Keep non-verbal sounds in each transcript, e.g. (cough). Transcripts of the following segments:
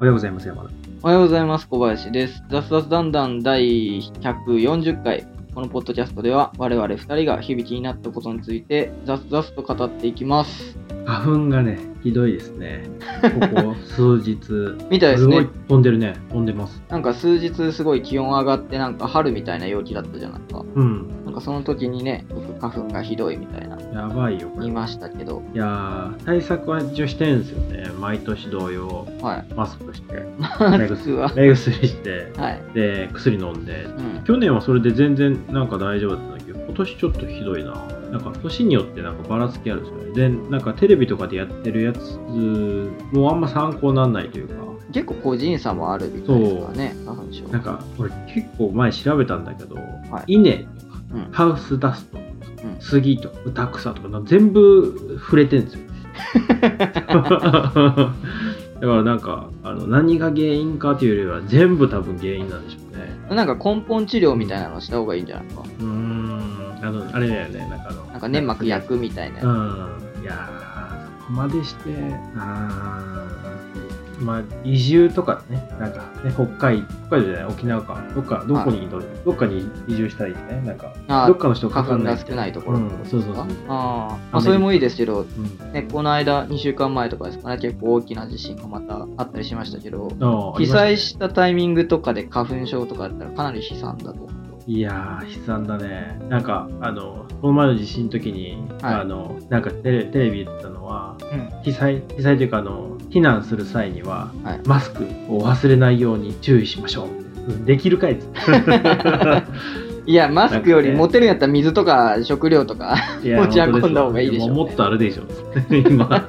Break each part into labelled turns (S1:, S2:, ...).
S1: おはようございます、山田。
S2: おはようございます。小林です。雑雑だんだん第140回。このポッドキャストでは我々二人が響きになったことについて雑雑と語っていきます。
S1: 花粉がね、ひどいですね。 (laughs) ここ数日。
S2: みたいです
S1: すごい
S2: ね。
S1: 飛んでるね。飛んでます。
S2: なんか数日すごい気温上がってなんか春みたいな陽気だったじゃないか。
S1: うん。
S2: なんかその時にね、僕花粉がひどいみたいな
S1: やばいよ、これ。
S2: 言い
S1: い
S2: ましたけど、
S1: やー、対策は一応してんですよね。毎年同様。
S2: はい。
S1: マスクして、
S2: マスク (laughs) は。
S1: 目薬して、
S2: はい。
S1: で、薬飲んで。
S2: うん。
S1: 去年はそれで全然なんか大丈夫だったんだけど、今年ちょっとひどいな。なんか年によってなんかばらつきあるんですよね。で、なんかテレビとかでやってるやつ、もうあんま参考にならないというか。
S2: 結構個人差もあるみたいですからね、花粉症。
S1: なんか俺結構前調べたんだけど、
S2: い
S1: 稲とか、
S2: うん
S1: ハウスダスト、
S2: ん
S1: 杉とか豚草とかな全部触れてん
S2: (laughs)
S1: ですよだからなんかあの何が原因かというよりは全部多分原因なんでしょうね
S2: なんか根本治療みたいなのした方がいいんじゃないですか。
S1: うーんあのあれだよねなんかあの
S2: なんか粘膜焼くみたいなやつ
S1: うんいやーそこまでしてあーまあ移住とかねなんかね北海北海道じゃない沖縄かどっかどこに移動どっかに移住したらいいですねなんか
S2: あー
S1: どっかの人
S2: 花粉が少
S1: い
S2: ないところってことですか、
S1: うんそうそうそう
S2: あー、
S1: アメリカ
S2: まあ、それもいいですけど、
S1: うん
S2: ね、この間2週間前とかですかね結構大きな地震がまたあったりしましたけど
S1: あーあ
S2: 被
S1: りましたね
S2: 災したタイミングとかで花粉症とかだったらかなり悲惨だと思う
S1: いやー悲惨だねなんかあのこの前の地震の時に、
S2: はい
S1: あのなんかテレテレビ言ってたのは
S2: うん
S1: 被災被災というかあの避難する際には、
S2: はい
S1: マスクを忘れないように注意しましょううんできるかいっつって
S2: (laughs) いやマスクより持てるんやったら水とか食料と
S1: (laughs)
S2: か
S1: いや
S2: 持ち運んだ方がいいでしょうね
S1: 本当すわももっとあるでしょ (laughs) 今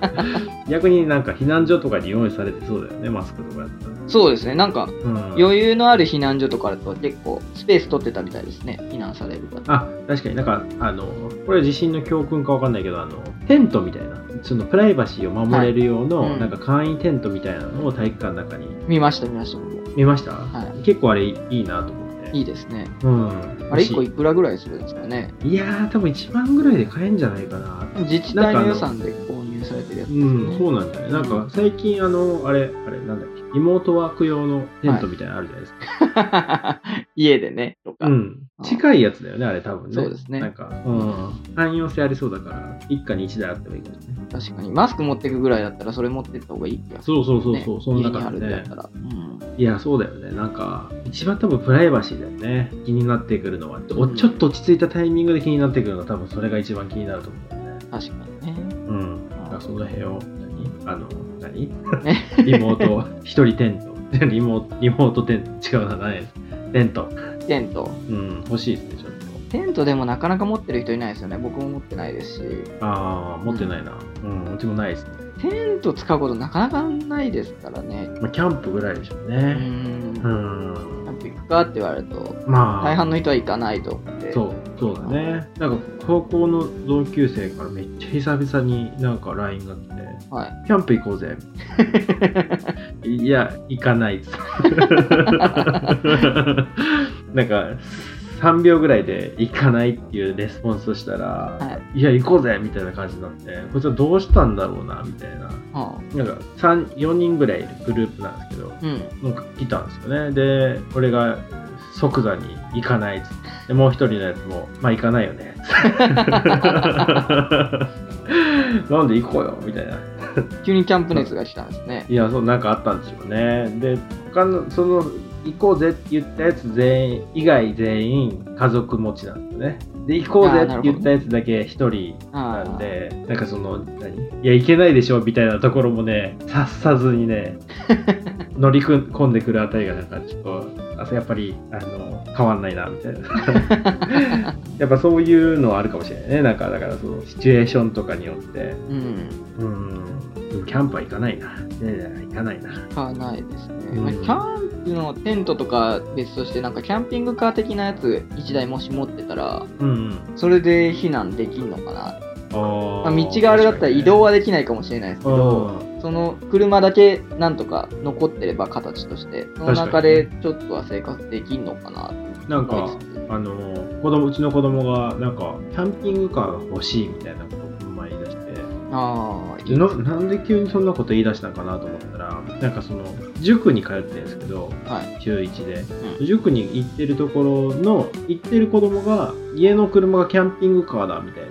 S1: 逆になんか避難所とかに用意されてそうだよねマスクとかやったら、
S2: そうですねなんか
S1: うん
S2: 余裕のある避難所とかだと結構スペース取ってたみたいですね避難される方
S1: あ確かになんかあのこれは地震の教訓かわかんないけどあのテントみたいなそのプライバシーを守れる用の、
S2: はいうん
S1: なんか簡易テントみたいなのを体育館の中に
S2: 見ました見ました僕も
S1: 見ました、
S2: は
S1: 結構あれいいなと思って
S2: いいですね
S1: うん
S2: あれ1個
S1: 欲
S2: いくらぐらいするんですかね
S1: しいいやー多分1万ぐらいで買えんじゃないかな
S2: 自治体の予算で購入されてるやつです
S1: う
S2: よね、
S1: ん、そうなんだね。なんか最近あの、あれ、あれなんだっけ、リモートワーク用のテントみたいなのあるじゃないですか。
S2: (laughs) 家でね、とか。
S1: うん。近いやつだよね、あれ多分ね。
S2: そうですね
S1: なんか、うん。汎用性ありそうだから、一家に一台あってもいいけどね。
S2: 確かに。マスク持ってくぐらいだったら、それ持ってった方がいい気がする、
S1: そうそうそう
S2: ね。
S1: そう、その
S2: 家に
S1: 中
S2: ある
S1: で
S2: んだ
S1: ね
S2: った。ら。うん
S1: いや、そうだよね。なんか、一番多分プライバシーだよね。気になってくるのは。お
S2: うん
S1: ちょっと落ち着いたタイミングで気になってくるのは、多分それが一番気になると思うんだよね。
S2: 確かにね。
S1: うん。だからその辺を、何あの、何 (laughs)
S2: ね
S1: リモート、一人テント。 (laughs) リモート、リモートテント。違うな、何テント。
S2: テント。
S1: うん、欲しいですね、ちょっと。
S2: テントでもなかなか持ってる人いないですよね。僕も持ってないですし。
S1: ああ、持ってないな。うん、うちもないですね。
S2: テント使うことなかなかないですからね。
S1: まあ、キャンプぐらいでしょう
S2: う
S1: ね。う
S2: ん。キ
S1: ん。
S2: ャンプ行くかって言われると、
S1: まあ、
S2: 大半の人は行かないと思って。
S1: そう、そうだね。なんか、高校の同級生からめっちゃ久々になんか LINE が来て、
S2: はい。
S1: キャンプ行こうぜ。いや、行かないっ
S2: (laughs)
S1: つってなんか、3秒ぐらいで行かないっていうレスポンスをしたら、、
S2: はい
S1: や、行こうぜみたいな感じになって、こいつはどうしたんだろうな、みたいな。
S2: はあ
S1: なんか3 4人ぐらいいるグループなんですけど
S2: うん。
S1: なんか来たんですよねで俺が即座に行かないっつってでもう一人のやつもまあ行かないよ
S2: (laughs)
S1: ねなんで行こうよみたいな
S2: 急にキャンプ熱が来たんですね。
S1: いやそうなんかあったんでしょうねで他のその行こうぜって言ったやつ全員以外全員家族持ちなんですよねで行こうぜって言ったやつだけ一人
S2: あ
S1: な
S2: あ
S1: んで、なんかその、何いや、いけないでしょみたいなところもね、察さずにね、乗り込んでくるあたりが、なんかちょっと、あやっぱり、あの、変わんないな、みたいな。やっぱそういうのはあるかもしれないね。なんか、だから、その、シチュエーションとかによって、
S2: うん。
S1: うん、でもキャンプは行かないな。ねえ行かないな。
S2: かないですね、
S1: うん
S2: まあキャンプのテントとか別としてなんかキャンピングカー的なやつ1台もし持ってたら
S1: うんうん。
S2: それで避難できんのかな、
S1: あー、
S2: まあ、道があれだったら移動
S1: は
S2: はできないかもしれないですけどその車だけなんとか残ってれば形としてその中でちょっとは生活できんのかな
S1: なん
S2: と
S1: か
S2: 思い、つつ
S1: あの子供うちの子供がなんかキャンピングカーが欲しいみたいなことをこの前言い出して
S2: ああ、いい
S1: ななんで急にそんなこと言い出したのかなと思ったらなんかその塾に通ってるんですけど
S2: はい。
S1: 週1で、
S2: う
S1: 塾に行ってるところの行ってる子供が家の車がキャンピングカーだみたいに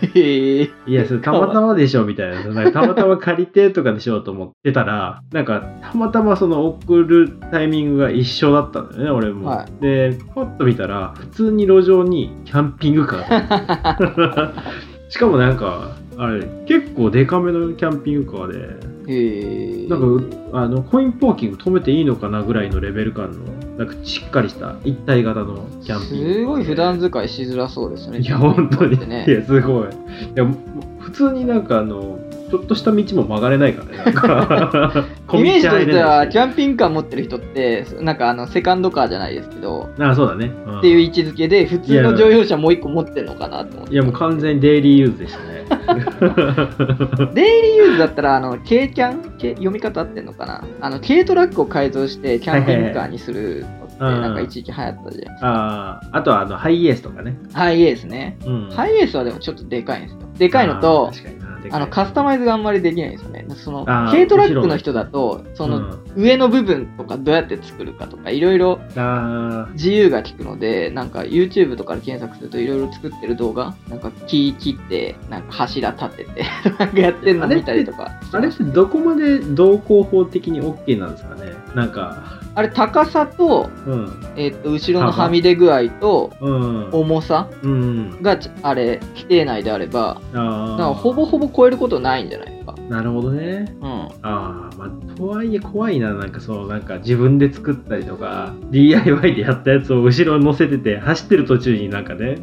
S1: 言って
S2: へえ。
S1: いやそれたまたまでしょみたいななんかたまたま借りてとかでしょうと思ってたらなんかたまたまその送るタイミングが一緒だったんだよね俺も、
S2: は
S1: でポッと見たら普通に路上にキャンピングカーが
S2: (laughs)
S1: しかもなんかあれ結構デカめのキャンピングカーで
S2: へえ。
S1: なんかあのコインポーキング止めていいのかなぐらいのレベル感のなんかしっかりした一体型のキャンピング
S2: すごい普段使いしづらそうですよね。
S1: いや本当に、
S2: ね
S1: い。やすごいいやもう普通になんかあのちょっとした道も曲がれないからねなんか
S2: (laughs) イメージとしては、キ
S1: ャン
S2: ャンピングカー持ってる人って、なんかあの、セカンドカーじゃないですけど、
S1: あそうだね、うん
S2: っていう位置づけで、普通の乗用車もう一個持ってるのかなと思って。
S1: いやもう完全にデイリーユーズでしたね
S2: デイリーユーズだったら、あの、軽キャン軽読み方合ってんのかなあの、軽トラックを改造して、キャンピングカーにするのって、
S1: はいはいはい
S2: なんか一時期流行ったじゃん。
S1: (laughs) あーあとはあのハイエースとかね、
S2: ハイエースね。
S1: うん、
S2: ハ
S1: イ
S2: イエースはでもちょっとでかいんですよ。でかいのと、
S1: 確かになでかい
S2: あのカスタマイズがあんまりできないんですよね。その
S1: あー
S2: 軽トラックの人だと、その
S1: うん
S2: 上の部分とかどうやって作るかとか、いろいろ
S1: あー
S2: 自由が利くので、なんか YouTube とかで検索するといろいろ作ってる動画、なんか木切って、なんか柱立て (laughs) て、なんかやってんの見たりとか。
S1: あれってどこまで同行法的に OK なんですかねなんか、
S2: あれ高さと、
S1: うん、
S2: えっと、後ろのはみ出具合と、
S1: うん、
S2: 重さ
S1: うん、
S2: が、ちあれ、規定内であれば、
S1: あ
S2: なん
S1: あ、
S2: かほぼほぼ超えることないんじゃないですか。
S1: なるほどね。
S2: うん。
S1: ああ、まあ、とはいえ怖いな、なんかそう、なんか自分で作ったりとか、DIY でやったやつを後ろに乗せてて、走ってる途中になんかね、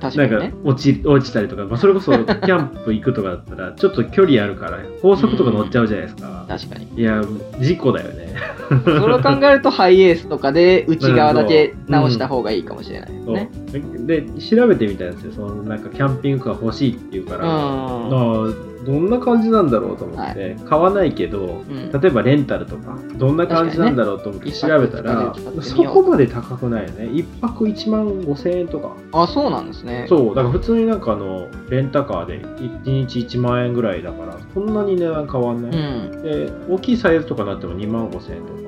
S2: 確かに
S1: なん
S2: ね。
S1: か落ち落ちたりとか、まあ、それこそキャンプ行くとかだったら、 (laughs) ちょっと距離あるから、高速とか乗っちゃうじゃないですか。
S2: 確かに。
S1: いや、事故だよね。
S2: それを考えると、ハイエースとかで内側だけ直した方がいいかもしれないです
S1: そう
S2: ね。
S1: で調べてみたんですよそのなんかキャンピングカー欲しいっていうか
S2: う
S1: ら、
S2: ん。は
S1: あーどんな感じなんだろうと思って、買わないけど
S2: うん
S1: 例えばレンタルとかどんな感じなんだろうと思って
S2: 確か
S1: 調
S2: にね
S1: べたら、
S2: 一泊二日で使って
S1: そ
S2: みよう
S1: こまで高くないよね1泊1万5000円とか
S2: あ、そうなんですね。
S1: そうだから普通になんかあのレンタカーで1日1万円ぐらいだからそんなに値段変わん
S2: う
S1: ない、
S2: ん。
S1: で大きいサイズとかになっても2万5000円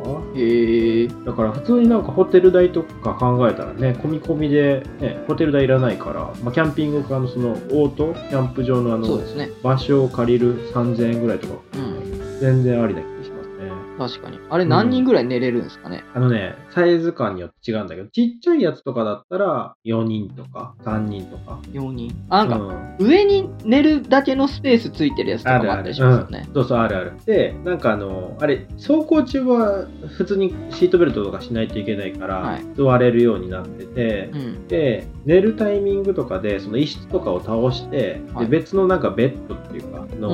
S1: とか
S2: へえ。
S1: だから普通になんかホテル代とか考えたらね、込み込みで、ね、ホテル代いらないから、まあ、キャンピングカーのそのオート、キャンプ場のあ
S2: そう
S1: の
S2: ですね。
S1: 場所を借りる3000円ぐらいとか、
S2: うん。
S1: 全然ありな気がしますね。
S2: 確かに。あれ、何人ぐらい寝れるんですかね。
S1: あのね、サイズ感によって違うんだけど、ちっちゃいやつとかだったら4人とか3人とか。
S2: 4人。あ、なんか、
S1: うん
S2: 上に寝るだけのスペースついてるやつと
S1: あ
S2: か
S1: る
S2: も
S1: あ
S2: あった
S1: る
S2: りしますよね。
S1: うんそうそうあるあるでなんかあのあれ走行中は普通にシートベルトとかしないといけないから、
S2: はい
S1: 座れるようになってて、
S2: うん。
S1: で寝るタイミングとかでその一室とかを倒して、
S2: はい
S1: で別のなんかベッドっていうか
S2: う
S1: の、
S2: ん。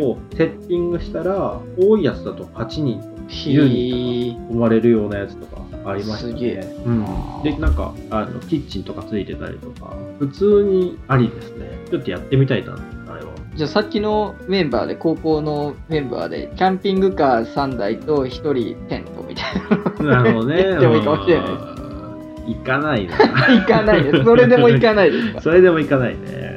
S1: をセッティングしたら多いやつだと8人とか
S2: へ
S1: 10人
S2: え。
S1: 泊まれるようなやつとかありましたね
S2: すげえ
S1: うん、でなんかあのキッチンとかついてたりとか普通にありですねちょっとやってみたいなあれは
S2: じゃあさっきのメンバーで、高校のメンバーで、キャンピングカー3台と1人テントみたい
S1: な
S2: な。
S1: るほどね
S2: (laughs) やってもいいかもしれないです
S1: うん行かないな (laughs)
S2: 行かないです。それでも行かないですか。
S1: それでも行かないね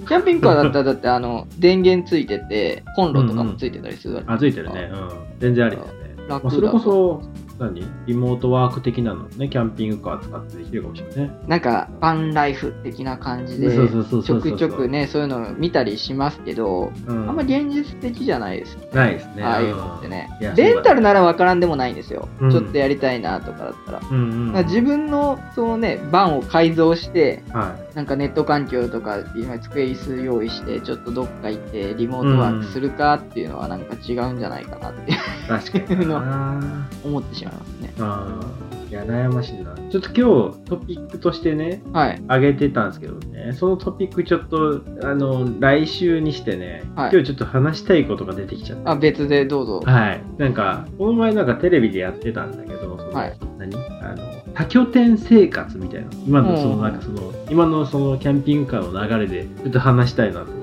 S1: うん
S2: キャンピングカーだったら、だってあの、電源ついてて、コンロとかもついてたりするわけ
S1: あついてるね、うん、全然ありですね
S2: 楽
S1: まあ、
S2: だ
S1: それこそ何リモートワーク的なのねキャンピングカー使ってできるかもしれないね
S2: なんか、バンライフ的な感じで、
S1: うそう
S2: ちょくちょくね、そういうの見たりしますけど、
S1: うん、
S2: あんま現実的じゃないですよね。
S1: ないですね
S2: ああいうのってね
S1: いや。
S2: レンタルならわからんでもないんですよ。
S1: うん
S2: ちょっとやりたいなとかだったら。
S1: うんうん
S2: なんか自分の、そのね、バンを改造して、
S1: はい
S2: なんかネット環境とか、今机椅子用意して、ちょっとどっか行って、リモートワークするかっていうのはなんか違うんじゃないかなって (laughs)
S1: 確かにな
S2: 思ってしまいますね。
S1: あーいや悩ましいなちょっと今日トピックとしてね
S2: はい。
S1: 上げてたんですけどねそのトピックちょっとあの来週にしてね、
S2: はい
S1: 今日ちょっと話したいことが出てきちゃった
S2: あ、別でどうぞ。
S1: はい、なんかこの前なんかテレビでやってたんだけど、その
S2: はい
S1: 何あの多拠点生活みたいな今のその
S2: うん
S1: なんかその今のそのキャンピングカーの流れでちょっと話したいなと思って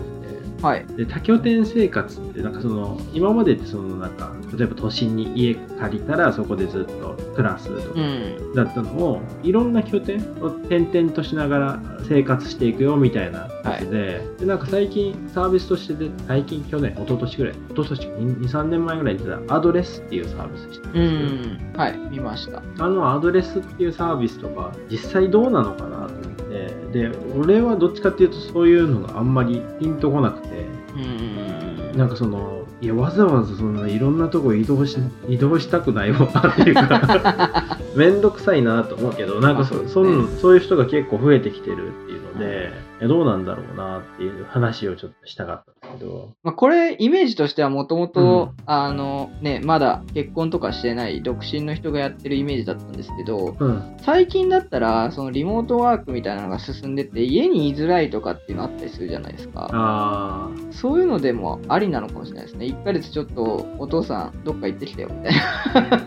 S2: はい。
S1: で多拠点生活ってなんかその今までってそのなんか例えば都心に家借りたらそこでずっと暮らすと
S2: う
S1: か
S2: ん。
S1: だったのを、いろんな拠点を転々としながら生活していくよみたいなやつで,、でなんか最近サービスとしてで最近去年一昨年ぐらい一昨年23年前ぐらいに出たアドレスっていうサービスしてるん
S2: う
S1: ですけど
S2: ん。はい。見ました。
S1: あのアドレスっていうサービスとか実際どうなのかなと思ってで俺はどっちかっていうとそういうのがあんまりピンとこなくて
S2: うん。
S1: なんかそのいやわざわざそんないろんなとこ移動し移動したくないわっていうか
S2: (laughs)
S1: めんどくさいなと思うけどなんかそ
S2: あ
S1: そ
S2: そうう
S1: い
S2: で
S1: う
S2: すね
S1: のそういう人が結構増えてきてるっていうので、いやどうなんだろうなっていう話をちょっとしたかったんですけど。
S2: まあ、これ、イメージとしてはもともと
S1: う、
S2: あの、ね、まだ結婚とかしてない独身の人がやってるイメージだったんですけど、
S1: うん、
S2: 最近だったら、そのリモートワークみたいなのが進んでて、家に居づらいとかっていうのあったりするじゃないですか。
S1: あー
S2: そういうのでもありなのかもしれないですね。1ヶ月ちょっとお父さんどっか行ってきてよみたいな。 (laughs)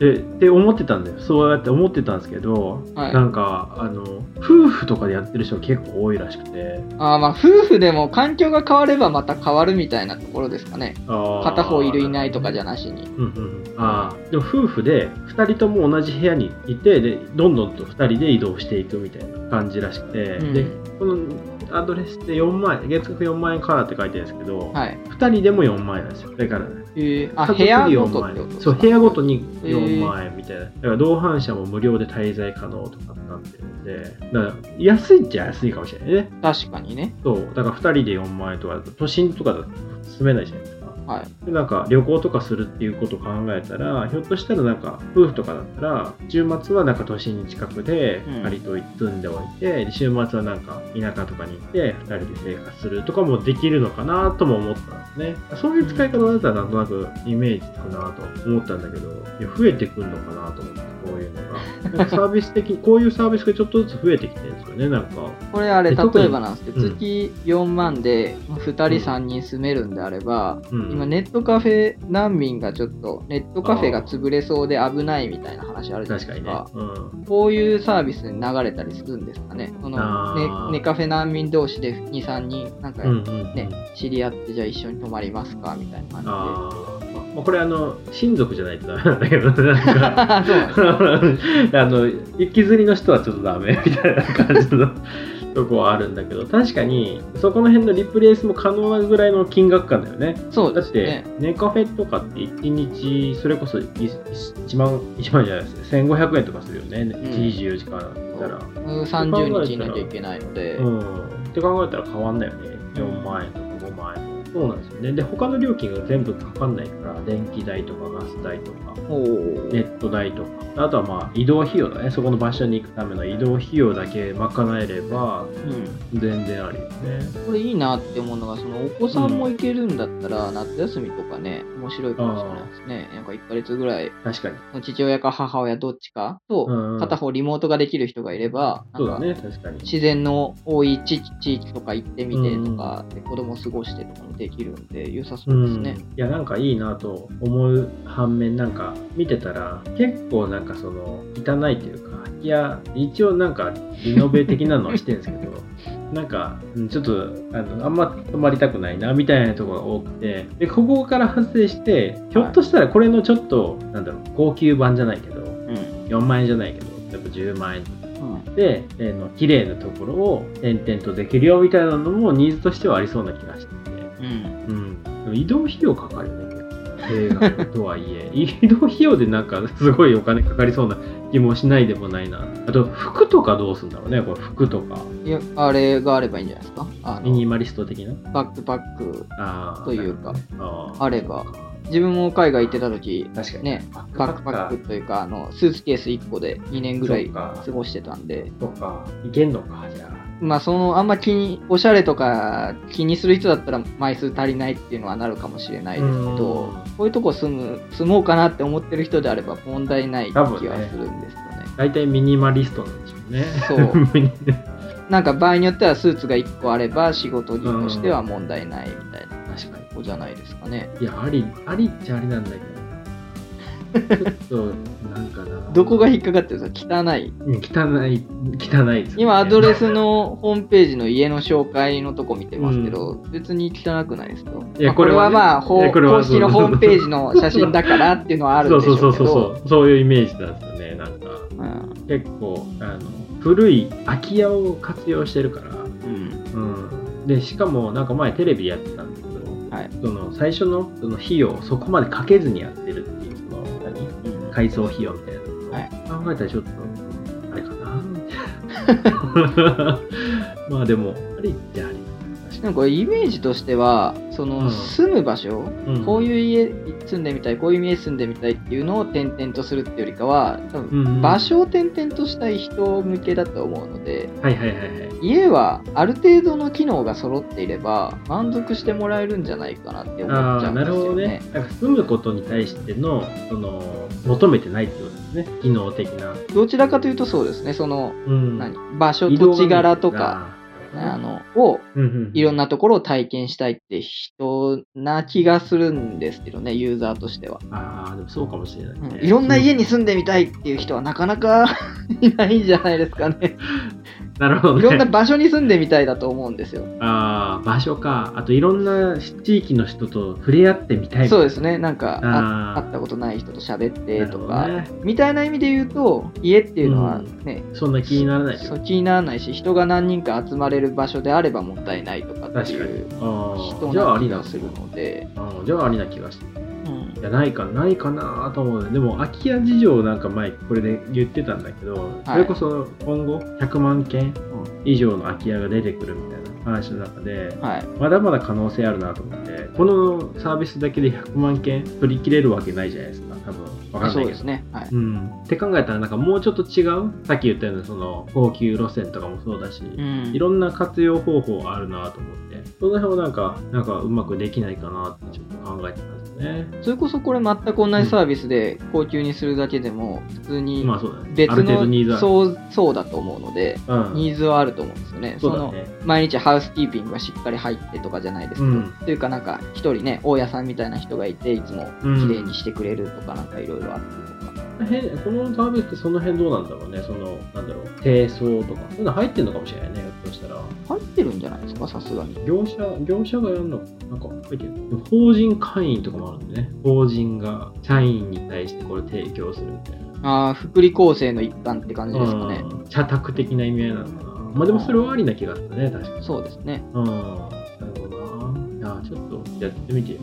S1: えって思ってたんだよそうやって思ってたんですけど、
S2: はい
S1: なんかあの夫婦とかでやってる人が結構多いらしくて
S2: あーまあ夫婦でも環境が変わればまた変わるみたいなところですかね。片
S1: 片
S2: 方いるいないとかじゃなしに。
S1: うんうんうん、ああでも夫婦で2人とも同じ部屋にいてでどんどんと2人で移動していくみたいな感じらしくて、
S2: うん
S1: でこのアドレスって4万円月額4万円からって書いてるんですけど、
S2: はい。
S1: 2人でも4万円なんですよだから
S2: えー、あ、
S1: 家族
S2: 部
S1: で
S2: 屋ご
S1: 4
S2: と
S1: 万
S2: ってことです
S1: 円
S2: か
S1: そう部屋ごとに4万円みたいなだから同伴者も無料で滞在可能とかになってるんでだから安いっちゃ安いかもしれないね
S2: 確かにね。
S1: そうだから2人で4万円とかだと都心とかだと住めないじゃないですか
S2: はい。
S1: でなんか旅行とかするっていうことを考えたらひょっとしたらなんか夫婦とかだったら週末はなんか都心に近くで
S2: うん
S1: 借りとい住んでおいて、で週末はなんか田舎とかに行って2人で生活するとかもできるのかなとも思ったんですねそういう使い方だったらなんとなくイメージつくなと思ったんだけどいや増えてくるのかなと思ってこういうのがなんかサービス的 (laughs) にこういうサービスがちょっとずつ増えてきてるんですよねなんか
S2: これあれ、
S1: で特に
S2: 例えばなんですけど、
S1: うん
S2: 月4万で2人3人住めるんであれば、
S1: うん
S2: 今ネットカフェ難民がちょっと、ネットカフェが潰れそうで危ないみたいな話あるじゃな
S1: 確か
S2: いで
S1: に
S2: す
S1: ね
S2: か。、
S1: うん、
S2: こういうサービスに流れたりするんですかね。そ
S1: あー
S2: のネネカフェ難民同士で2、3人、なんか
S1: うんうんうん
S2: ね、知り合って、じゃあ一緒に泊まりますかみたいな感
S1: あーまあこれあの親族じゃないとダメなんだけどねなんか
S2: じで。そうなんです
S1: あの行きずりの人はちょっとダメみたいな感じのとこはあるんだけど確かにそこの辺のリプレイスも可能なぐらいの金額感だよね
S2: (laughs) そ
S1: (laughs)
S2: う
S1: だ
S2: で
S1: っ
S2: す
S1: て
S2: ね。
S1: ネカフェとかって1日それこそ1万1万じゃないですね1500円とかするよね24時間だったら、
S2: うん30日いなきゃいけないので、
S1: うん、って考えたら変わんないよね4万円とか5万円とかそうなんですよねで他の料金が全部かかんないから電気代とかガス代とか
S2: おー
S1: ネット代とかあとはまあ移動費用だねそこの場所に行くための移動費用だけ賄えれば
S2: うん
S1: 全然ありよね
S2: これいいなって思うのが、そのお子さんも行けるんだったら、夏休みとかね、面白いかもしれないですね。なんか1ヶ月ぐらい、
S1: 確かに
S2: 父親か母親どっちか
S1: う
S2: と、
S1: んうん
S2: 片方リモートができる人がいれば、な
S1: そ
S2: ん
S1: うだ
S2: か
S1: ね確かに
S2: 自然の多い地域地域とか行ってみてとか、で子供過ごしてとかもできるんで、良さそうですね。
S1: いやなんかいいなと思う反面なんか見てたら結構なんかその汚いというかいや一応なんかリノベ的なのはしてるんですけど (laughs) なんかうんちょっとあのあんま泊まりたくないなみたいなところが多くてでここから発生してひょっとしたらこれのちょっと、なんだろう高級版じゃないけど
S2: うん。
S1: 4万円じゃないけど例えば10万円とかで、えー、の綺麗なところを点々とできるよみたいなのもニーズとしてはありそうな気がしてて。
S2: うん。
S1: うん、でも移動費用かかるよね映画とはいえ (laughs) 移動費用でなんかすごいお金かかりそうな気もしないでもないなあと服とかどうすんだろうねこれ服とか
S2: うん。いや、あれがあればいいんじゃないですか。あ
S1: ミニ
S2: の、
S1: マリスト的な
S2: バックパック
S1: あー
S2: というか、
S1: あー
S2: あれば。自分も海外行ってた時、
S1: 確かに
S2: ね、
S1: バックパ
S2: バック
S1: ッ
S2: パ
S1: カー
S2: ックというか、あのスーツケース1個で2年ぐらい
S1: そうか
S2: 過ごしてたんで、
S1: とかいけんのかじゃあ
S2: まあ、そのあんま気に、おしゃれとか気にする人だったら枚数足りないっていうのはなるかもしれないですけど
S1: うん、
S2: こういうとこ住む、住もうかなって思ってる人であれば問題ない気
S1: 多
S2: は
S1: 分
S2: す
S1: ね
S2: るんですよね。
S1: 大体ミニマリストなんでしょうね
S2: そう
S1: (laughs)
S2: なんか場合によってはスーツが1個あれば仕事着としては問題ないみたいな
S1: 確かに
S2: ことじゃないですかね。
S1: いやありありっちゃありなんだけど
S2: (laughs)
S1: ちょっと、なんかな。
S2: どこが引っかかってるんですか汚い。
S1: うん汚い、汚いです、ね。
S2: 今、アド
S1: レ
S2: レスのホームページの家の紹介のとこ見てますけど、別に汚くないですよ。
S1: いや
S2: まあ
S1: これはね
S2: まあ、ほ
S1: いうやこれは
S2: 公式の
S1: そう
S2: ホームページの写真だからっていうのはあるん
S1: そ
S2: で
S1: う
S2: し
S1: そうう
S2: ょけど。
S1: そうそうそう。そういうイメージなんですよね。なんか、
S2: うん
S1: 結構、あの、古い空き家を活用してるから、
S2: うん
S1: うん。で、しかも、なんか前テレビでやってたんですけど、
S2: はい
S1: その最初のその費用をそこまでかけずにやってるっていう、その、何
S2: うん
S1: 改装費用みたいなのを
S2: はい
S1: 考えたらちょっとあれかな (laughs) まあでもありってあり
S2: でもこれイメージとしてはその、
S1: うん
S2: 住む場所、
S1: うん
S2: こういう家住んでみたいこういう家住んでみたいっていうのを転々とするっていうよりかは多分
S1: うんうん
S2: 場所を転々としたい人向けだと思うので
S1: はいはいはいはい
S2: 家はある程度の機能が揃っていれば満足してもらえるんじゃないかなって思
S1: あ
S2: っちゃ
S1: あ
S2: うん
S1: な
S2: です
S1: るほ
S2: よ
S1: ど
S2: ね
S1: ね。なんか住むことに対してのその求めてないってことですね機能的な、
S2: どちらかというとそうですねその、
S1: うん、
S2: 何場所
S1: 移動が
S2: 土地柄とかあ
S1: あの
S2: のを
S1: うんうん
S2: いろん
S1: な
S2: なところを体験したいって人な気がするんですけどねユーザーとしては。
S1: ああでもそうかもしれない、ね
S2: いろんな家に
S1: う
S2: 住んでみたいっていう人はなかなか (laughs) いないんじゃないですか
S1: (laughs)
S2: ね。
S1: なるほど、ね、
S2: いろんな場所に住んでみたいだと思うんですよ。
S1: あー場所かあといろんな地域の人と触れ合ってみたい
S2: そう
S1: う
S2: ですね。なんかあ
S1: あー
S2: 会ったことない人と喋ってと
S1: な
S2: か、
S1: るほど
S2: みたいな意味で言うと家っていうのは
S1: うん
S2: ね、
S1: そんな気にならないって
S2: そ
S1: こと
S2: う気にならないし人が何人か集まれる場所であればもったいないとかっていう
S1: あー
S2: 人
S1: じゃあ
S2: な
S1: あ
S2: 気
S1: りな
S2: がするので、
S1: あーじゃあありな気がして
S2: うん
S1: いやないかないかなと思うでも空き家事情なんか前これで言ってたんだけど、それこそ今後100万件以上の空き家が出てくるみたいな話の中で
S2: はい、
S1: まだまだ可能性あるなと思ってこのサービスだけで100万件取り切れるわけないじゃないですか多分わかんな
S2: そ
S1: いうけ
S2: で
S1: ど
S2: すね。はい、
S1: うん、って考えたらなんかもうちょっと違うさっき言ったようなその高級路線とかもそうだし、
S2: うん
S1: いろんな活用方法あるなと思ってその辺をなんかなんかうまくできないかなってちょっと考えてたんですね
S2: それこそこれ全く同じサービスで高級にするだけでも普通に
S1: まあそうだね
S2: 別
S1: ある程度ニーズ
S2: の
S1: ある
S2: そうそうだと思うので
S1: うん
S2: ニーズはあると思うんですよね。
S1: そ
S2: そう
S1: だ
S2: の
S1: ね
S2: 毎日ハウスキーピングがしっかり入ってとかじゃないですけど、
S1: うん
S2: というかなんか一人ね大家さんみたいな人がいていつも綺麗にしてくれるとかなんかいろいろあってとか、
S1: へんこのサービスってその辺どうなんだろうねそのなんだろう低層とかそういうの入ってるのかもしれないねひょっとしたら
S2: 入ってるんじゃないですかさすがに。
S1: 業者業者がやるのかなんか書いてあるでも法人会員とかもあるんでね法人が社員に対してこれ提供するみたいな
S2: ああ福利厚生の一環って感じですかね。
S1: うん社宅的な意味合いなのかな。まあでもそれはありな気がするね、確かに。
S2: そうですね。
S1: うん。なるほどな。いや、ちょっとやってみてよ。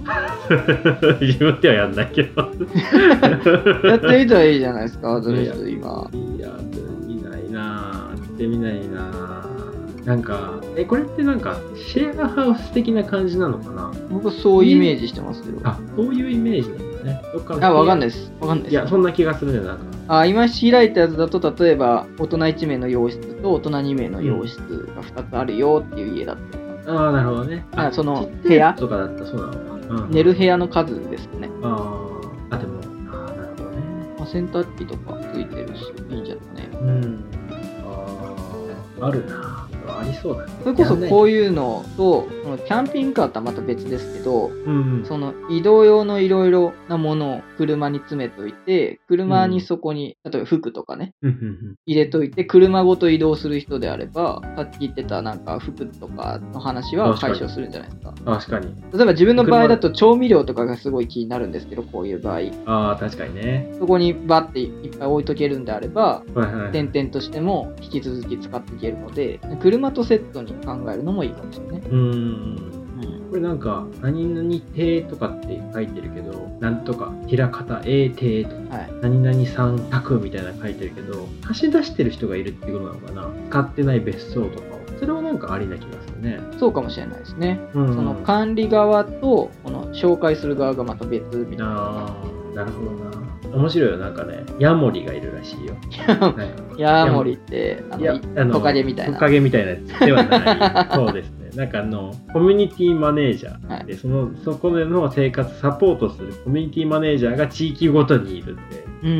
S1: (laughs) 自分ではやんないけど。 (laughs)
S2: やってみたらいいじゃないです (laughs) か、アドレ
S1: い
S2: ス今。
S1: いや、やってみないな。やってみないな。なんか、え、これってなんか、シェアハウス的な感じなのかな
S2: 僕はそういうイメージしてますけど。
S1: あ、そういうイメージなんだね。どっかの。
S2: あ、わかんないいです。わかんない
S1: い
S2: で
S1: や、
S2: す。
S1: そんな気がするね、なんか。
S2: あ今開いたやつだと、例えば大人1名の洋室と大人2名の洋室が2つあるよっていう家だったり
S1: ああ、なるほどね。
S2: あその
S1: ちっちゃいやつと
S2: 部
S1: かだったらそうなのかな。うん
S2: 寝る部屋の数ですね。
S1: あーあ、でも、ああ、なるほどね。
S2: まあ、洗濯機とかついてるし、いいんじゃないですかね。
S1: うん。ああ、あるな。ありそうだね。
S2: それこそこ
S1: う
S2: ういうのと、そのキャンピングカーとはまた別ですけど、
S1: いう、うん、
S2: その移動用のいろいろなものを車に詰めといて、車にそこに、例えば服とかね、
S1: うんうん
S2: 入れといて、車ごと移動する人であれば、さっき言ってたなんか服とかの話は解消するんじゃないですか。
S1: うん確かに。
S2: 例えば自分の場合だと調味料とかがすごい気になるんですけど、こういう場合。
S1: ああ、確かにね。
S2: そこにバッていっぱい置いとけるんであれば、
S1: はいはい。
S2: 点々としても引き続き使っていけるので、車とセットに考えるのもいいかもしれないね。
S1: うん。
S2: うん
S1: これなんか、何々亭とかって書いてるけど、なんとか、平方 A 亭とか、
S2: はい、
S1: 何々さん宅みたいなの書いてるけど、貸し出してる人がいるっていうことなのかな。使ってない別荘とかを。それはなんかありな気がするね。
S2: そうかもしれないですね。
S1: うん。
S2: その管理側とこの紹介する側がまた別みたいな。
S1: ああ、なるほどな。面白いよ、なんかね、ヤモリがいるらし (laughs) いよ。はい
S2: ヤーモリってあ
S1: いや
S2: のトカゲみたいな。
S1: トカゲみたいなやつではない
S2: (laughs)
S1: そうですねなんかあのコミュニティマネージャ
S2: はい
S1: ーで、そのそこでの生活サポートするコミュニティマネージャーが地域ごとにいるって
S2: うん。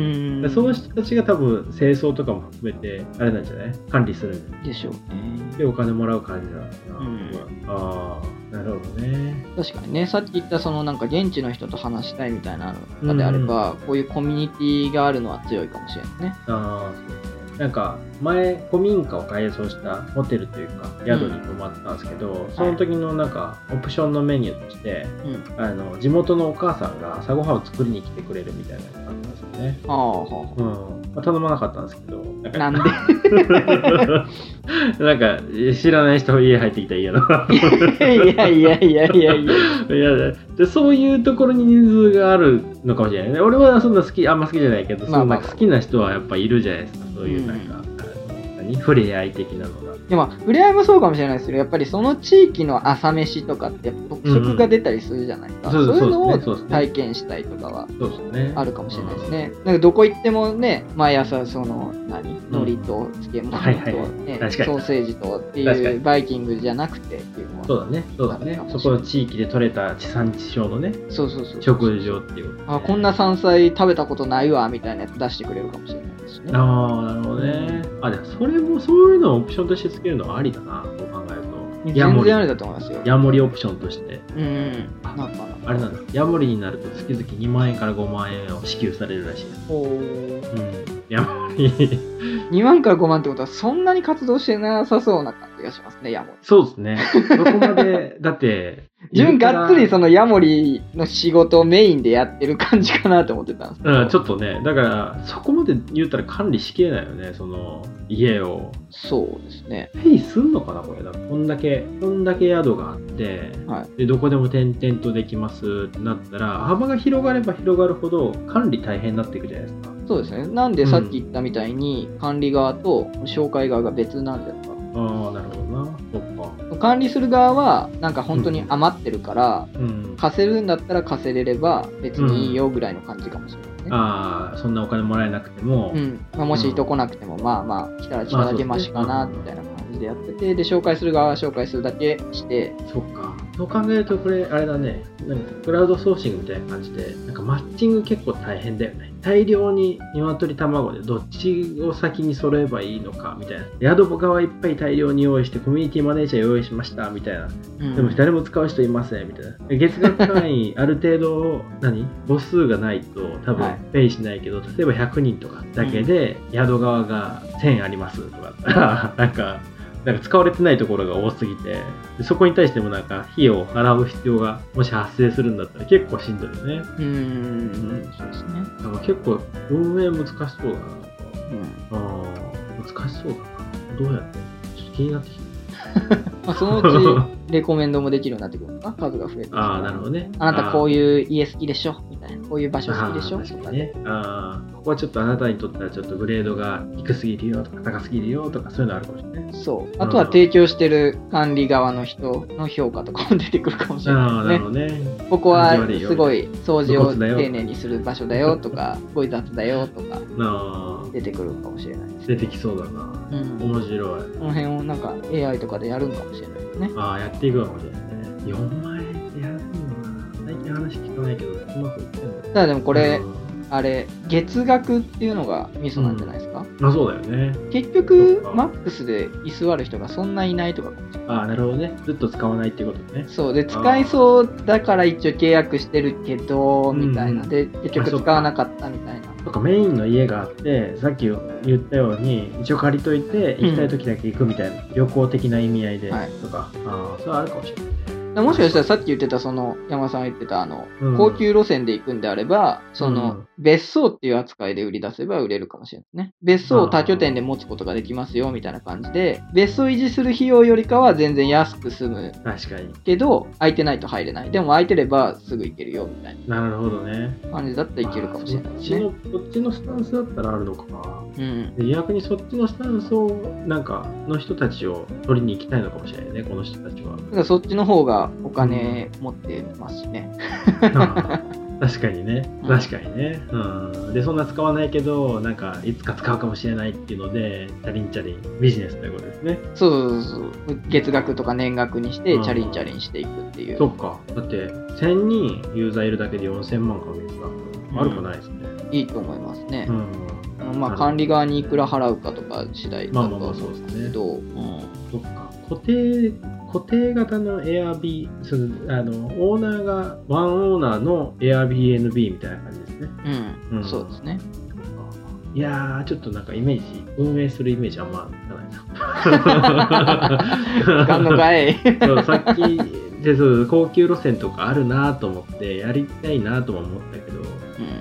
S1: でその人たちが多分清掃とかも含めてあれなんじゃない管理するんじゃない
S2: でしょうね。
S1: でお金もらう感じなのかな、
S2: うん
S1: ああなるほどね
S2: 確かにね、さっき言ったそのなんか現地の人と話したいみたいなのとかであれば、こういうコミュニティがあるのは強いかもしれないね。
S1: ああなんか前古民家を改装したホテルというか宿に泊まったんですけど、その時のなんかオプションのメニューとして
S2: うん。
S1: あの地元のお母さんが朝ごはんを作りに来てくれるみたいなのがあったんですよね、
S2: ああ、は
S1: うんまあ、頼まなかったんですけど (laughs) なんか
S2: あなんで (laughs)
S1: なんか知らない人家入ってきたら嫌だな (laughs)
S2: いやいやいやいやいや。
S1: いやでそういうところに人数があるのかもしれないね俺はそんな好きあんま好きじゃないけど、
S2: まあまあ
S1: そのなんか好きな人はやっぱいるじゃないですかそういうなんか、あの何触れ合い的なのが
S2: でも、触れ合いもそうかもしれないですけど、やっぱりその地域の朝飯とかって、やっぱ特色が出たりするじゃないですか。
S1: うんうん
S2: そういうの
S1: そう
S2: を
S1: ですねそうですね
S2: 体験したいとかは
S1: そうですね
S2: あるかもしれないですね。なんかどこ行ってもね、毎朝その、何、海苔と漬物と、
S1: はい
S2: ね
S1: はい確かに
S2: ソーセージとって
S1: 確か
S2: い
S1: に
S2: うバイキングじゃなくてっていうのは。
S1: そうだねそうだねそこの地域で採れた地産地消のね
S2: そうそうそう
S1: 食事をっていうこと
S2: あ、こんな山菜食べたことないわ、みたいなやつ出してくれるかもしれないですね。
S1: ああなるほどねあでもそれもそういうのをオプションとしてつけるのはありだなそう考えるとヤ
S2: 全
S1: モリ
S2: 然あれだと思いますよ。
S1: ヤモリオプションとして
S2: うん。なんか
S1: あれなんですヤモリになると月々2万円から5万円を支給されるらしいです
S2: ほう。
S1: うんヤモリ
S2: 2万から5万ってことは、そんなに活動してなさそうな感じがしますね、ヤモリ。
S1: (laughs) そうですねそこま (laughs) でだって
S2: 自分がっつりそ
S1: の
S2: のヤモリの仕事をメインでやってる感じかなと思ってたんですけど、
S1: うん、ちょっとね、だから、そこまで言ったら管理しきれないよね、その、家を。
S2: そうですね。
S1: ペイすんのかな、これ。だからこんだけ、こんだけ宿があって、
S2: は
S1: でどこでも点々とできますってなったら幅が広がれば広がるほど管理大変になっていくじゃないですか。
S2: そうですね。なんでさっき言ったみたいに、管理側と紹介側が別なんじゃないかな
S1: ああなるほどな。そっか。
S2: 管理する側は、なんか本当に余ってるから、
S1: うん。
S2: 貸せるんだったら貸せれれば別にいいよぐらいの感じかもしれないね。
S1: ああそんなお金もらえなくても、
S2: うんまあ、もし人来なくても、まあまあ来たら来ただけマシか
S1: ま
S2: な
S1: あそう
S2: み
S1: ですね
S2: たいな感じでやっててで紹介する側は紹介するだけして
S1: そっか。そう考えるとこれあれだねなんかクラウドソーシングみたいな感じでなんかマッチング結構大変だよね。大量に鶏卵でどっちを先に揃えばいいのかみたいな宿側いっぱい大量に用意してコミュニティマネージャー用意しましたみたいな
S2: うん
S1: でも誰も使う人いませんみたいな月額単
S2: (laughs)
S1: 位ある程度何母数がないと多
S2: はい
S1: 分ペイしないけど、例えば100人とかだけで宿側が1000ありますとかだ (laughs) ったらなんかなんか使われてないところが多すぎてでそこに対してもなんか費用を払う必要がもし発生するんだったら結構しんどいよね
S2: うんうんそうですね、
S1: でも結構運営難しそうだな
S2: うん
S1: あー難しそうだなどうやってちょっと気になってきた
S2: まあ、そのうちレコメンドもできるようになってくるのかな数が増えてきたら
S1: (laughs) ああなるほどね
S2: あなたこ
S1: いう
S2: いう家好きでしょみたいなこういう場所好きでしょ
S1: あー確
S2: と
S1: か
S2: か
S1: に
S2: ね
S1: ねあーここはちょっとあなたにとってはちょっとグレードが低すぎるよとか高すぎるよとかそういうのあるかもしれない。
S2: そうあとは提供してる管理側の人の評価とかも出てくるかもしれ
S1: ああー、
S2: ない
S1: な
S2: で
S1: るほ
S2: す
S1: ど
S2: ね
S1: ね。
S2: ここは
S1: 感じ悪いよ
S2: すごい掃除
S1: 露
S2: を
S1: 骨だよ
S2: 丁寧にする場所だよとかすごい雑だよとか
S1: あー
S2: 出てくるかもしれないです
S1: 出てきそうだな。
S2: うん
S1: 面白い。
S2: この辺をなんか AI とかでやるんかもしれないですね。
S1: ああ、やっていくかもしれないね。4万円ってやるのな。最近話聞かないけど、うまくいってんの
S2: ただでもこれ、
S1: う
S2: あれ、月額っていうのがミソなんじゃないですか、
S1: んあ、そうだよね。
S2: 結
S1: そ
S2: 局
S1: っ、か
S2: マックスで居座る人がそんないないとか。
S1: ああ、なるほどね。ずっと使わないっていうことね。
S2: そう。で、使いそうだから一応契約してるけど、
S1: うん
S2: みたいな。で、結
S1: あそ
S2: 局
S1: っか
S2: 使わなかったみたいな。
S1: とかメインの家があってさっき言ったように一応借りといて
S2: うん
S1: 行きたい時だけ行くみたいな、旅行的な意味合いで
S2: はい
S1: とか、ああそれはあるかもしれない、
S2: だからもしかしたらさっき言ってた、その、山田さんが言ってた、あの、
S1: うん
S2: 高級路線で行くんであれば、その、
S1: うん
S2: 別荘っていう扱いで売り出せば売れるかもしれないですね。別荘を他拠点で持つことができますよ、みたいな感じで、別荘維持する費用よりかは全然安く済む
S1: 確かに
S2: けど、空いてないと入れない。でも空いてればすぐ行けるよ、みたい
S1: なるほどね
S2: な感じだったらいけるかもしれないです
S1: あ
S2: ね。
S1: ーそっちのそっちのスタンスだったらあるのかな
S2: うん。
S1: で逆にそっちのスタンスをなんかの人たちを取りに行きたいのかもしれないねこの人たち
S2: (laughs)
S1: は
S2: だからそっちの方がお金持ってますしね。
S1: あー確かにね
S2: うん
S1: 確かにね、うん、でそんな使わないけどなんかいつか使うかもしれないっていうのでチャリンチャリンビジネスということですね
S2: そうそうそう。月額とか年額にして、
S1: うん
S2: チャリンチャリンしていくっていう。
S1: そっか。だって、1000人ユーザーいるだけで4000万か月だ。
S2: ん
S1: 悪くないですね。
S2: いいと思いますね
S1: う。ん。
S2: まあ、管理側にいくら払うかとか次第だと
S1: まあ
S2: は
S1: まあま
S2: 思
S1: あ
S2: うん
S1: そうです
S2: け
S1: ね。
S2: ど、うん
S1: そっか固定固定型の Airb そのあのオーナーがワンオーナーの Airbnb みたいな感じですね。
S2: うん
S1: うん
S2: そうですね。
S1: いやーちょっとなんかイメージ運営するイメージあんまつかないな。
S2: ガンのかい。
S1: (laughs) そうさっきでそう高級路線とかあるなと思ってやりたいなとも思ったけど
S2: うん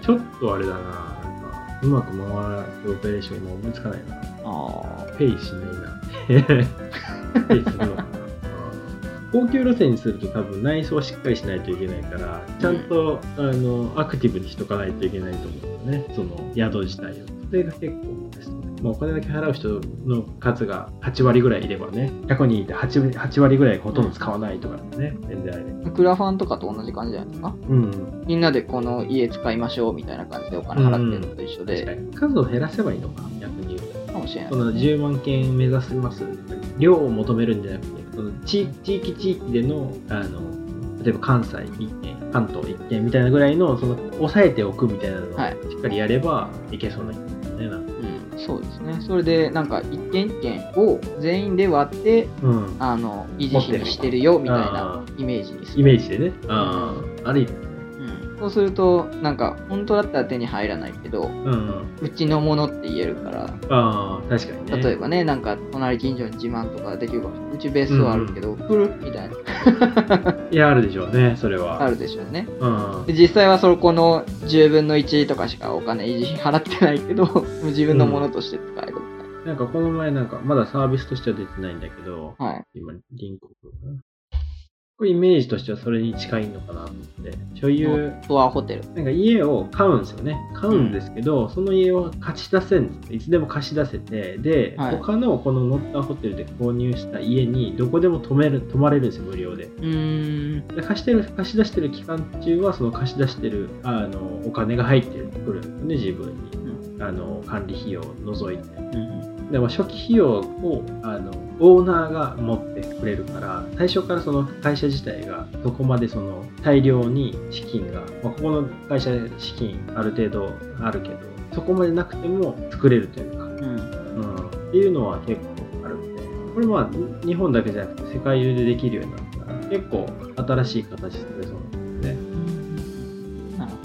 S1: ちょっとあれだななんかうまく回るオペレーション今思いつかないな
S2: あ
S1: ペイしない (laughs) なペイするのかな高級路線にすると多分内装はしっかりしないといけないからちゃんと、あのアクティブにしとかないといけないと思うんだよねその宿自体をそれが結構ですねまあ、お金だけ払う人の数が8割ぐらいいればね100人いて 8, 8割ぐらいほとんど使わないとかね全然あれ
S2: あ。クラファンとかと同じ感じじゃないですか。
S1: うん
S2: みんなでこの家使いましょうみたいな感じでお金払ってるのと一緒
S1: 確か
S2: で、
S1: に数を減らせばいいのか逆に言うと
S2: かもしれない
S1: そ
S2: です
S1: の
S2: ね、
S1: 10万件目指します量を求めるんじゃなくてその地地域地域でのあの例えば関西1件関東1件みたいなぐらいのその抑えておくみたいなのを
S2: はい
S1: しっかりやればいけそうな気がするね、なんか
S2: うん、そうですね。それで、なんか、一軒一軒を全員で割って、
S1: うん、
S2: あの、維持費にしてるよ、みたいなイメージにす
S1: イ
S2: る。
S1: メージでねあーある意味、
S2: うん、そうすると、なんか、本当だったら手に入らないけど、
S1: うん、
S2: うちのものって言えるから、
S1: あー確かにね
S2: 例えばね、なんか、隣近所に自慢とかできるかもしれない。うち別荘あるけど、来るみたいな、
S1: いやあるでしょうねそれは
S2: あるでしょうね。
S1: うん
S2: で実際はそこの10分の1とかしかお金維持費払ってないけど、 (laughs) 自分のものとして使えるみたい
S1: なんかこの前なんかまだサービスとしては出てないんだけど
S2: な。はい。
S1: 今、銀行かな。これイメージとしてはそれに近いのかなと思って。所有、
S2: フォアホテル。
S1: なんか家を買うんですよね。買うんですけど、その家を貸し出せんです。いつでも貸し出せて、で、
S2: はい
S1: 他のこのノッターホテルで購入した家にどこでも泊める、泊まれるんですよ、無料で。
S2: うーん。
S1: で貸してる、貸し出してる期間中は、その貸し出してる、あの、お金が入ってくるんですよね、自分に。あの、管理費用を除いて。
S2: うん
S1: でも初期費用をあのオーナーが持ってくれるから最初からその会社自体がどこまでその大量に資金が、まあ、ここの会社資金ある程度あるけどそこまでなくても作れるというか、
S2: う
S1: う
S2: ん
S1: ん、っていうのは結構あるんでこれまあ日本だけじゃなくて世界中でできるようになったから結構新しい形でそうなんですね。
S2: なるほ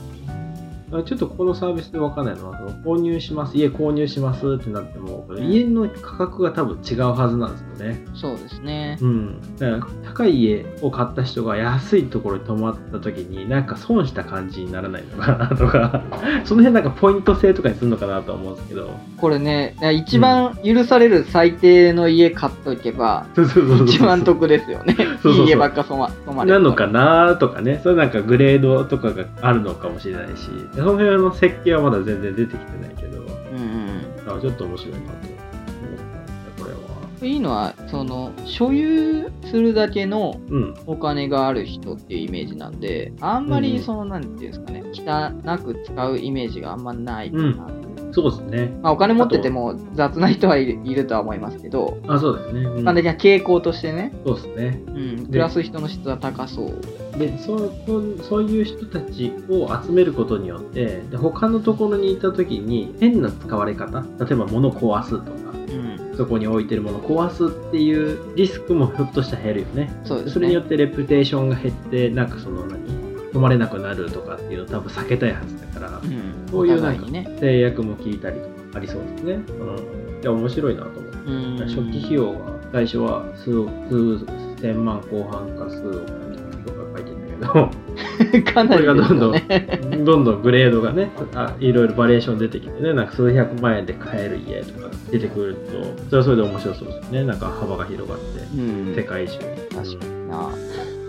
S1: あちょっとここのサービスで分かんないのは、その購入します、家購入しますってなっても、
S2: ん
S1: 家の価格が多分違うはずなんですよね。
S2: どそうですね。
S1: うん。だから、高い家を買った人が安いところに泊まった時に、なんか損した感じにならないのかなとか、その辺なんかポイント制とかにするのかなとは思うんですけど。
S2: これね、一番許される最低の家買っとけ
S1: (laughs)
S2: ば、
S1: そうそうそうそう
S2: 一番得ですよね。
S1: そうそう
S2: いい家ばっか泊ま泊まれ
S1: な
S2: る
S1: のかなとかね、それなんかグレードとかがあるのかもしれないし、その辺の設計はまだ全然出てきてないけど、
S2: うんうん
S1: あちょっと面白いなと思ったこれは。
S2: うん。いいのは、その、所有するだけの
S1: うん。
S2: お金がある人っていうイメージなんで、あんまりその、なんていうんですかね、汚く使うイメージがあんまないかな。
S1: そうですね。
S2: まあ、お金持ってても雑な人はいるいるとは思いますけど、
S1: あ、そうですね。う
S2: 一
S1: ん
S2: 般的な傾向としてね、
S1: そうですね。
S2: うん、暮らす人の質は高そう。
S1: で、そうそうそういう人たちを集めることによって、で他のところに行った時に変な使われ方、例えば物壊すとか、
S2: うん、
S1: そこに置いてるもの壊すっていうリスクもひょっとしたら減るよね。
S2: そうですね。
S1: それによってレプテーションが減って、なんかその何、止まれなくなるとかっていうのを多分避けたいはずだから、
S2: うん、
S1: そういう
S2: お
S1: なんか
S2: 互にね、
S1: 制約も聞いたりとかありそうですね。うん。いや、面白いなと思って。
S2: うん
S1: 初期費用は最初は数億数千万後半か数億とか書いてんだ
S2: (laughs) かなりです
S1: (laughs) これ
S2: よね、
S1: がどんどんけどどんどんグレードがねあいろいろバリエーション出てきてねなんか数百万円で買える家とか出てくるとそれはそれで面白そうですねなんか幅が広がって
S2: うん、
S1: 世界中に
S2: 確かにな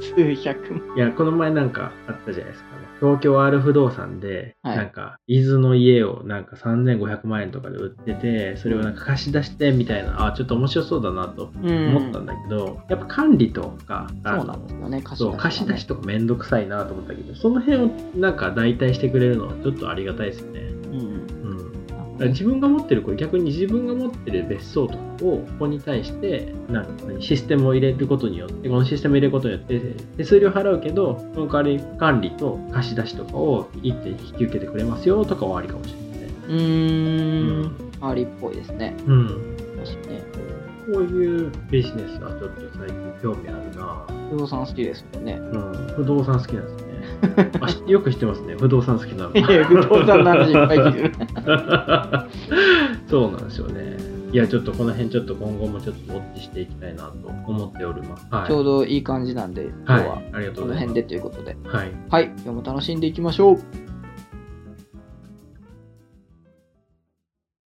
S2: 数百万
S1: いやこの前なんかあったじゃないですか東京 R 不動産で、
S2: はい
S1: なんか伊豆の家をなんか3500万円とかで売っててそれをなんか貸し出してみたいなあちょっと面白そうだなと思ったんだけど、やっぱ管理とかあの
S2: そうなんですよね貸し出
S1: そ
S2: し,、
S1: う貸し出しとかめんどくさいなと思ったけどその辺をなんか代替してくれるのはちょっとありがたいですね
S2: うん
S1: うん
S2: なか
S1: だから自分が持ってるこれ逆に自分が持ってる別荘とかをここに対してなんかシステムを入れることによってこのシステムを入れることによって手数料払うけどその代わり管理と貸し出しとかを一手に引き受けてくれますよとかはありかもしれないね。
S2: うーん、ありっぽいですね。
S1: うん、
S2: 確かにね。
S1: こういうビジネスはちょっと最近興味あるな、
S2: 不動産好きですもんね。
S1: うん、不動産好きなんですねあしよく知ってますね不動産好きなの
S2: いや、不動産の話いっぱい聞い (laughs) てる。
S1: (laughs) そうなんですよね。いや、ちょっとこの辺、ちょっと今後もちょっとウォッチしていきたいなと思っております。はい。
S2: ちょうどいい感じなんで、今日
S1: はい
S2: は。
S1: ありがとうご
S2: この
S1: ざいま
S2: 辺
S1: す。
S2: でということで。
S1: はい。
S2: はい、今日も楽しんでいきましょう。